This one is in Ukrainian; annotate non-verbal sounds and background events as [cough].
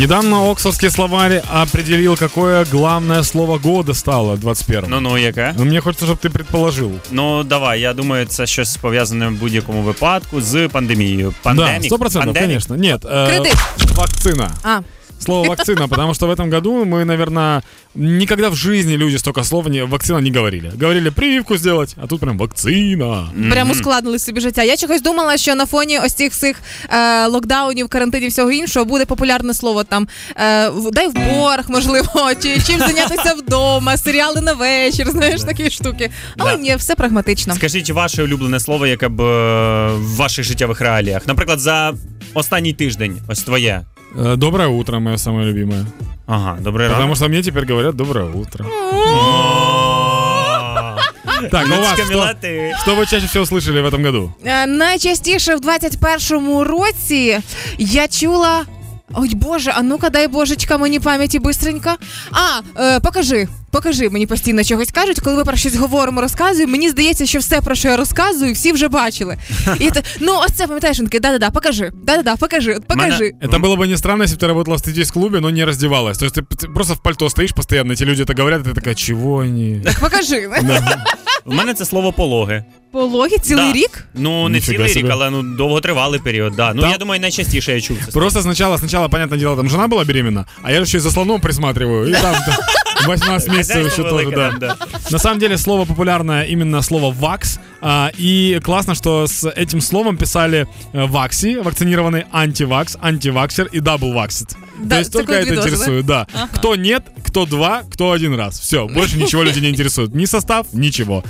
Недавно Оксфордський словарь определил, какое главное слово года стало 21-м. Ну ну, яке? Ну, Мені хочеться, щоб ти предположив. Ну давай, я думаю, це щось пов'язане в будь-якому випадку з пандемією. Да, Пандемік? сто процентов, Пандемік? конечно. Нет, э, Кредит. вакцина. А, Слово вакцина, потому что в этом году мы, наверное, никогда в жизни люди столько слов не, вакцина не говорили. Говорили прививку сделать, а тут прям вакцина. прямо ускладнили собі життя. Я чогось думала, що на фоні ось цих всіх е, локдаунів, карантинів, всього іншого буде популярне слово там е, в- дай в борг, можливо, [laughs] чи чим зайнятися вдома, серіали на вечір, знаєш, такі штуки. Але Да. ні, все прагматично. Скажіть ваше улюблене слово, яке б е, в ваших життєвих реаліях. Наприклад, за останній тиждень, ось твоє. Э, Доброе утро, мое самое любимое. Ага, добрий ранок. Потому что мне теперь говорят доброе утро. О, Так, ну у вас Людочка что, Мілати. что вы чаще всего слышали в этом году? Е, найчастіше в 21-му році я чула. Ой Боже, а ну-ка дай божечка мені пам'яті бистренько. А, е, покажи, покажи, мені постійно чогось кажуть, коли ми про щось говоримо, розказуємо. Мені здається, що все, про що я розказую, всі вже бачили. І ти, ну, ось це пам'ятаєш, він такий, да-да-да, покажи, да-да-да, покажи, от покажи. Это было бы не странно, если бы ты работала в стриптиз-клубе, но не раздевалась. То есть ты п- просто в пальто стоишь постоянно, эти люди это говорят, и ты такая, чего [laughs] они? Так покажи. В мене це слово пологи. Пологи цілий Да. рік? Ну, не Ніфіга цілий рік, собі. але ну довготривалий період. Да. Ну Там- я думаю, найчастіше я чув це. слово. Просто сначала, сначала, понятное дело, там жена была беременна, а я еще и за слоном присматриваю, и там [laughs] да, 18 месяцев Хазяйство еще тоже, велике, да. там, да. На самом деле слово популярное именно слово вакс. А, И классно, что с этим словом писали э, вакси, вакцинированный антивакс, антиваксер и даблваксит. Да, То есть только такой это видос, да? интересует, да. Кто нет, кто два, кто один раз. Все, больше ничего люди не интересует. Ни состав, ничего.